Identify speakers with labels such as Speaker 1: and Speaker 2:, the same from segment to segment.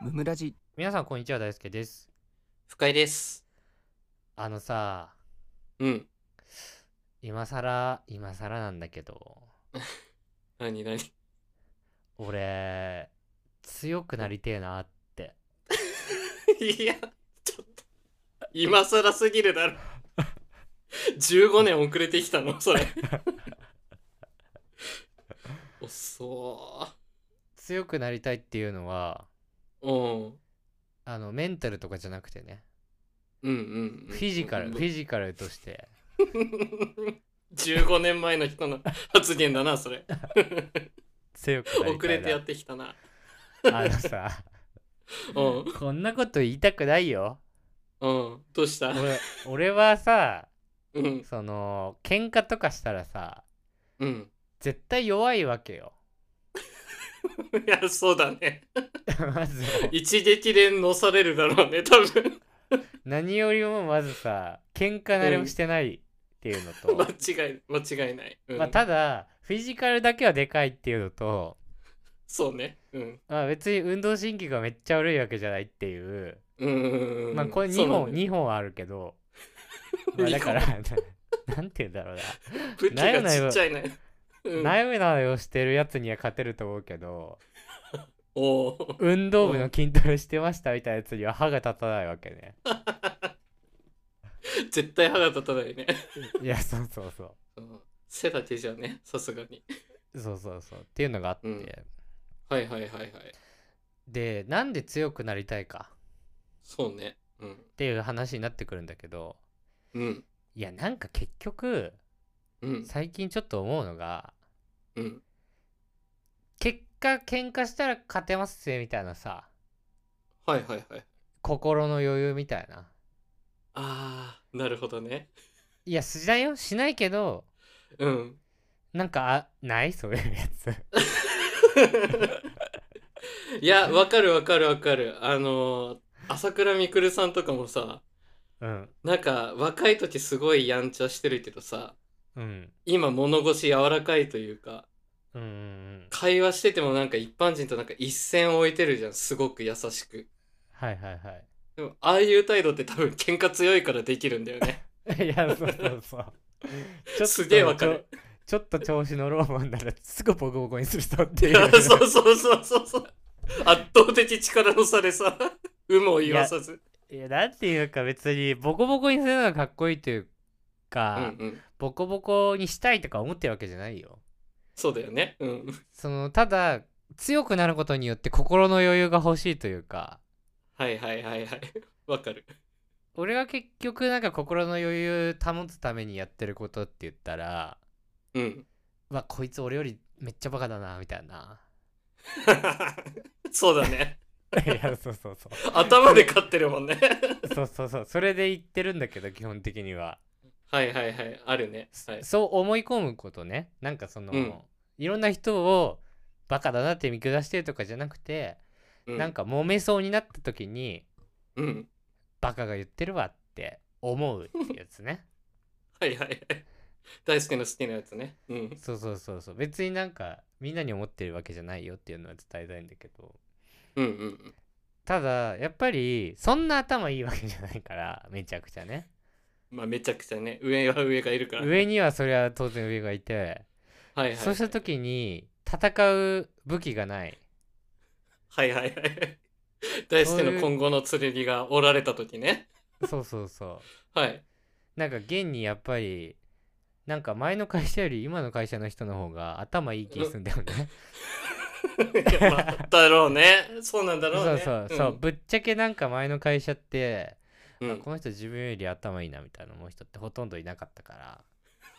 Speaker 1: ムラジ
Speaker 2: 皆さんこんにちは大輔です
Speaker 3: 深井です。
Speaker 2: あのさ
Speaker 3: うん。
Speaker 2: 今さら今さらなんだけど
Speaker 3: 何 何
Speaker 2: 俺強くなりてえなって
Speaker 3: いや、ちょっと、今更すぎるだろ。15年遅れてきたのそれ。遅
Speaker 2: 強くなりたいっていうのは
Speaker 3: ー。うん。
Speaker 2: あのメンタルとかじゃなくてね
Speaker 3: うんうんう
Speaker 2: フ
Speaker 3: ん。
Speaker 2: ィジカルフィジカルとして
Speaker 3: 15年前の人の発言だな、それ。
Speaker 2: 強くなりたいな
Speaker 3: 遅れてやってきたな。
Speaker 2: あのさ
Speaker 3: うん。
Speaker 2: こんなこと言いたくないよ
Speaker 3: うん。どうした
Speaker 2: 俺俺はさ
Speaker 3: うん。
Speaker 2: その喧嘩とかしたらさ
Speaker 3: うん。
Speaker 2: 絶対弱いわけよ
Speaker 3: いや、そうだね。
Speaker 2: まず
Speaker 3: 一撃でのされるだろうね、多分。
Speaker 2: 何よりもまずさ喧嘩慣れをしてないっていうのと、
Speaker 3: 間違い、間違いない。うん。
Speaker 2: まあ、ただフィジカルだけはでかいっていうのと、
Speaker 3: そうね。うん。
Speaker 2: まあ、別に運動神経がめっちゃ悪いわけじゃないっていう、
Speaker 3: うんうんうん
Speaker 2: まあこれ
Speaker 3: そ
Speaker 2: 2
Speaker 3: うな
Speaker 2: 本
Speaker 3: んだよ
Speaker 2: 2本あるけ ど、まあだから なんて言うんだろう
Speaker 3: 武器
Speaker 2: なよな
Speaker 3: がち
Speaker 2: よ
Speaker 3: っちゃいね。う
Speaker 2: な、
Speaker 3: ん
Speaker 2: 悩みなのをしてるやつには勝てると思うけど
Speaker 3: おおー。
Speaker 2: 運動部の筋トレしてましたみたいなやつには歯が立たないわけね
Speaker 3: 絶対歯が立たないね。
Speaker 2: いやそうそうそう
Speaker 3: うん背だけじゃね、さすがに。
Speaker 2: そうそうそうっていうのがあって、
Speaker 3: うんはいはいはいはい。
Speaker 2: でなんで強くなりたいか
Speaker 3: そうね。うん
Speaker 2: っ。ていう話になってくるんだけど
Speaker 3: うん。
Speaker 2: いやなんか結局
Speaker 3: うん。
Speaker 2: 最近ちょっと思うのが
Speaker 3: うん。
Speaker 2: 結果喧嘩したら勝てますぜみたいなさ
Speaker 3: はいはいはい。
Speaker 2: 心の余裕みたいな
Speaker 3: あー、なるほどね。
Speaker 2: いやしないよしないけど
Speaker 3: うん。
Speaker 2: なんかあないそういうやつ
Speaker 3: いや、わかるわかるわかる。あのー、朝倉未来さんとかもさ、
Speaker 2: うん
Speaker 3: なんか若い時すごいやんちゃしてるけどさ、
Speaker 2: うん
Speaker 3: 今物腰柔らかいというか、
Speaker 2: うんうんうん
Speaker 3: 会話しててもなんか一般人となんか一線を置いてるじゃんすごく優しく
Speaker 2: はいはいは
Speaker 3: でもああいう態度って多分喧嘩強いからできるんだよね
Speaker 2: い いやそうそうそうちょっと
Speaker 3: すげえわかる
Speaker 2: ちょちょっと調子のローマンならすぐボコボコにする人っていう
Speaker 3: そうそうそうそうそう圧倒的力の差でさ 有無を言わさず
Speaker 2: いやなんていうか別にボコボコにするのがかっこいいという
Speaker 3: う
Speaker 2: か、
Speaker 3: んうん
Speaker 2: ボコボコにしたいとか思ってるわけじゃないよ
Speaker 3: そうだよねうん
Speaker 2: そのただ強くなることによって心の余裕が欲しいというか
Speaker 3: はいはいはいはいわかる
Speaker 2: 俺が結局なんか心の余裕保つためにやってることって言ったら
Speaker 3: うん
Speaker 2: うわこいつ俺よりめっちゃバカだなみたいな
Speaker 3: そうだね
Speaker 2: いやそうそうそう
Speaker 3: 頭で勝ってるもんね
Speaker 2: そうそうそうそれで言ってるんだけど基本的には、
Speaker 3: はいはいはいあるねはい
Speaker 2: そう思い込むことねなんかその、
Speaker 3: うん
Speaker 2: いろんな人をバカだなって見下してるとかじゃなくて、
Speaker 3: う
Speaker 2: なんか揉めそうになった時に
Speaker 3: うん
Speaker 2: バカが言ってるわって思うってやつね
Speaker 3: はいはいはい大好きな好きなやつねうん
Speaker 2: そうそうそうそう別になんかみんなに思ってるわけじゃないよっていうのは伝えたいんだけど
Speaker 3: うんうんうん
Speaker 2: ただやっぱりそんな頭いいわけじゃないからめちゃくちゃね
Speaker 3: まあめちゃくちゃね上は上がいるから、
Speaker 2: 上にはそれは当然上がいて
Speaker 3: はいはい
Speaker 2: そうした時に戦う武器がない
Speaker 3: はいはいはい大輔の今後の剣がおられた時ね
Speaker 2: そうそうそう
Speaker 3: はい
Speaker 2: なんか現にやっぱりなんか前の会社より今の会社の人の方が頭いい気すんだよね。
Speaker 3: いやまあだろうねそうなんだろ
Speaker 2: そうう
Speaker 3: ね
Speaker 2: そうそう、ぶっちゃけなんか前の会社って、
Speaker 3: うん、うん
Speaker 2: この人自分より頭いいなみたいな思う人ってほとんどいなかったから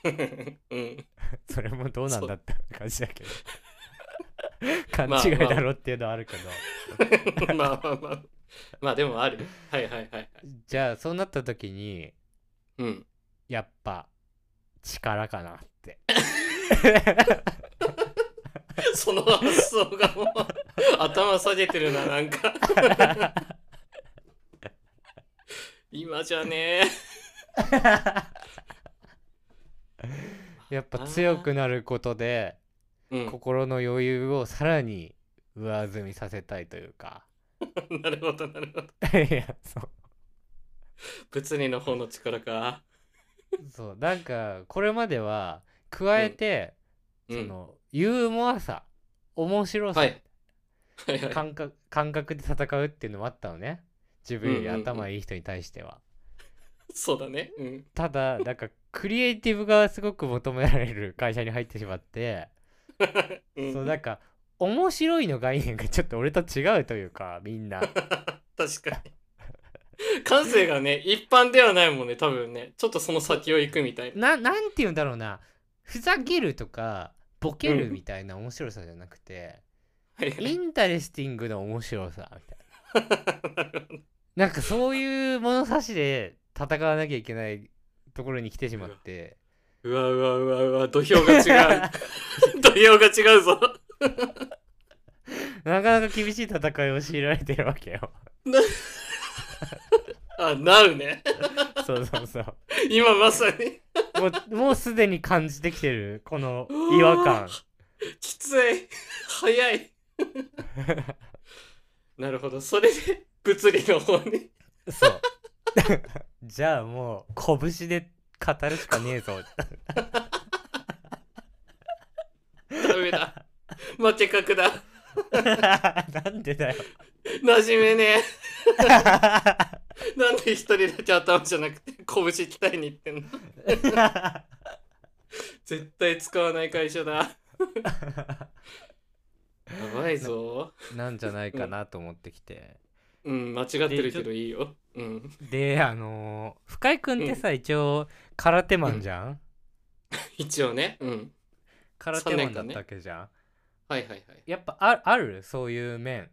Speaker 3: うん
Speaker 2: それもどうなんだって感じだ けど
Speaker 3: まあ
Speaker 2: 勘違いだろっていうのはあるけど、
Speaker 3: まあまあまあまあでもあるはいはいはい
Speaker 2: じゃあそうなった時に
Speaker 3: うん
Speaker 2: やっぱ力かなって
Speaker 3: その発想がもう頭下げてるななんか今じゃね
Speaker 2: やっぱ強くなることで
Speaker 3: うん
Speaker 2: 心の余裕をさらに上積みさせたいというか
Speaker 3: なるほどなるほど
Speaker 2: いやそう
Speaker 3: 物理の方の力か
Speaker 2: そうなんかこれまでは加えて、
Speaker 3: う
Speaker 2: そ
Speaker 3: ん
Speaker 2: のユーモアさ面白さ、
Speaker 3: はいはいはい
Speaker 2: 感覚感覚で戦うっていうのもあったのね自分より
Speaker 3: うんうんうん
Speaker 2: 頭いい人に対しては、
Speaker 3: そうだねうん
Speaker 2: ただなんかクリエイティブがすごく求められる会社に入ってしまって、
Speaker 3: うん
Speaker 2: そうなんか面白いの概念がちょっと俺と違うというかみんな
Speaker 3: 確かに感性がね一般ではないもんね多分ねちょっとその先を行くみたいな
Speaker 2: ななんて言うんだろうなふざけるとかボケ
Speaker 3: う
Speaker 2: る
Speaker 3: ん
Speaker 2: みたいな面白さじゃなくて、
Speaker 3: はいはい
Speaker 2: インタレスティングの面白さみたい
Speaker 3: なるほど
Speaker 2: ななんかそういう物差しで戦わなきゃいけないところに来てしまって
Speaker 3: うわうわうわうわ土俵が違 う土俵が違うぞ
Speaker 2: なかなか厳しい戦いを強いられてるわけよ
Speaker 3: あなるね
Speaker 2: そうそうそう
Speaker 3: 今まさに
Speaker 2: もうもうすでに感じてきてるこの違和感
Speaker 3: きつい 早いなるほどそれで物理の方に
Speaker 2: そう じゃあもう拳で語るしかねえぞ
Speaker 3: ダメだ負け格だ
Speaker 2: なんでだよ
Speaker 3: 馴染めね えなんで一人だけ頭じゃなくて拳鍛えに行ってんの絶対使わない会社だやばい ぞ
Speaker 2: なんじゃないかなと思ってきて
Speaker 3: うん間違ってるけどいいようん
Speaker 2: であのー深井君ってさ、一応空手マンじゃん、
Speaker 3: 一応ねうん
Speaker 2: 空手マンだったわけじゃん、
Speaker 3: はいはいはい
Speaker 2: やっぱああるそういう面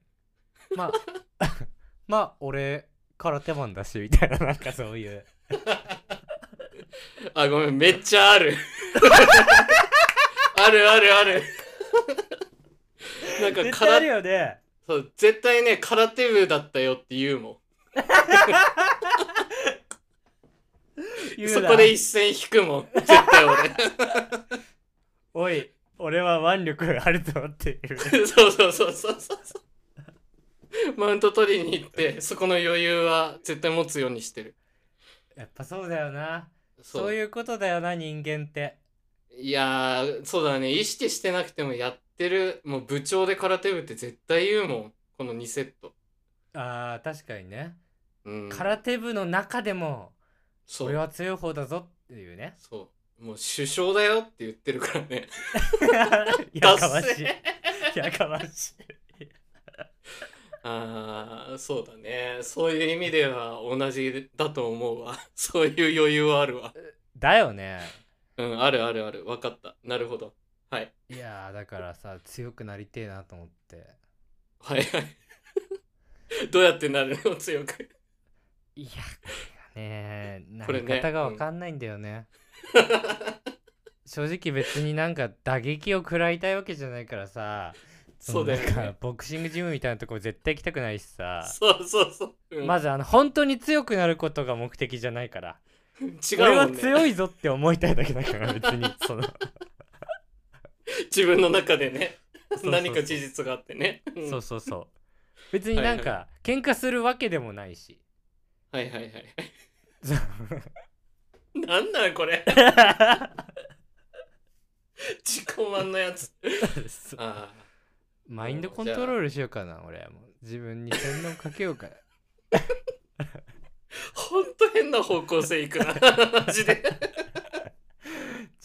Speaker 2: まあ まあ俺空手マンだしみたいななんかそういう
Speaker 3: あごめんめっちゃある あるあるあ るなん
Speaker 2: 絶
Speaker 3: か
Speaker 2: 対ある
Speaker 3: 空
Speaker 2: よね
Speaker 3: そう絶対ね空手部だったよって言うもん
Speaker 2: 言う
Speaker 3: そ
Speaker 2: な
Speaker 3: こで一線引くもん絶対 俺
Speaker 2: おい俺は腕力があると思っている
Speaker 3: そうそうそうそうそうそうマウント取りに行ってそこの余裕は絶対持つようにしてる
Speaker 2: やっぱそうだよな
Speaker 3: そ
Speaker 2: そうういうことだよな人間って
Speaker 3: いやーそうだね意識してなくてもやってるもう部長で空手部って絶対言うもんこの2セット、
Speaker 2: あー確かにね、
Speaker 3: うん、
Speaker 2: 空手部の中でも
Speaker 3: そう
Speaker 2: 俺は強い方だぞっていう ね
Speaker 3: そうもう首相だよって言ってるからね
Speaker 2: や
Speaker 3: ダ
Speaker 2: か
Speaker 3: ッ
Speaker 2: ま
Speaker 3: セ
Speaker 2: しい やかましい
Speaker 3: ああそうだねそういう意味では同じだと思うわそういう余裕はあるわ
Speaker 2: だよね
Speaker 3: うんあるあるある分かったなるほどはい
Speaker 2: いやーだからさ強くなりてえなと思って
Speaker 3: はいはい どうやってなるの強く
Speaker 2: いやこれがねな
Speaker 3: これ
Speaker 2: り
Speaker 3: ね
Speaker 2: 方がわかんないんだよね正直別になんか打撃を食らいたいわけじゃないからさ
Speaker 3: そうだよね
Speaker 2: なんかボクシングジムみたいなとこ絶対行きたくないしさ
Speaker 3: そうそうそう、うん
Speaker 2: まずあの本当に強くなることが目的じゃないから、
Speaker 3: 違う
Speaker 2: 俺
Speaker 3: も
Speaker 2: は
Speaker 3: んね
Speaker 2: 強いぞって思いたいだけだから別 にその
Speaker 3: 自分の中でね
Speaker 2: うそう
Speaker 3: 何か事実があってねうん
Speaker 2: そうそうそう別になんか喧嘩するわけでもないし
Speaker 3: はいはいはい
Speaker 2: そう
Speaker 3: なんなんこ れ自己満のやつ
Speaker 2: そう
Speaker 3: ああ
Speaker 2: マインドコントロールしようかな俺はもう自分に洗脳かけよう かな
Speaker 3: ほんと変な方向性いくなマジで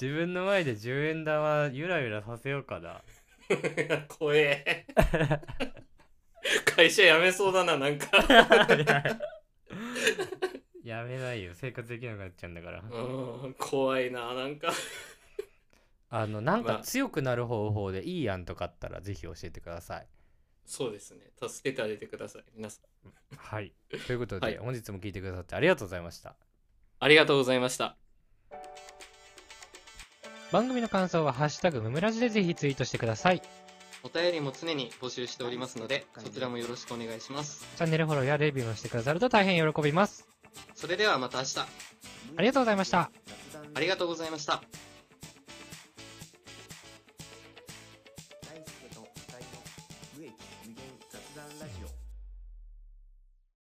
Speaker 2: 自分の前で10円玉ゆらゆらさせようか な
Speaker 3: 怖え会社辞めそうだななんか
Speaker 2: やめないよ生活できなくなっちゃうんだから、
Speaker 3: うん怖いななんか
Speaker 2: あのなん
Speaker 3: ま
Speaker 2: か
Speaker 3: あ
Speaker 2: 強くなる方法でいい案とかあったらぜひ教えてください
Speaker 3: そうですね助けてあげてください皆さん
Speaker 2: はいということで、
Speaker 3: はい
Speaker 2: 本日も聞いてくださってありがとうございました
Speaker 3: ありがとうございました
Speaker 2: 番組の感想は「ハッシュタグむむらじ」でぜひツイートしてくださいチ
Speaker 3: お便りも常に募集しておりますのでそちらもよろしくお願いします
Speaker 2: ャンネルフォローやレビューもしてくださると大変喜びます
Speaker 3: それではまた明日
Speaker 2: ありがとうございました
Speaker 3: ありがとうございました
Speaker 1: 大輔と二人の無益無限雑談ラジオ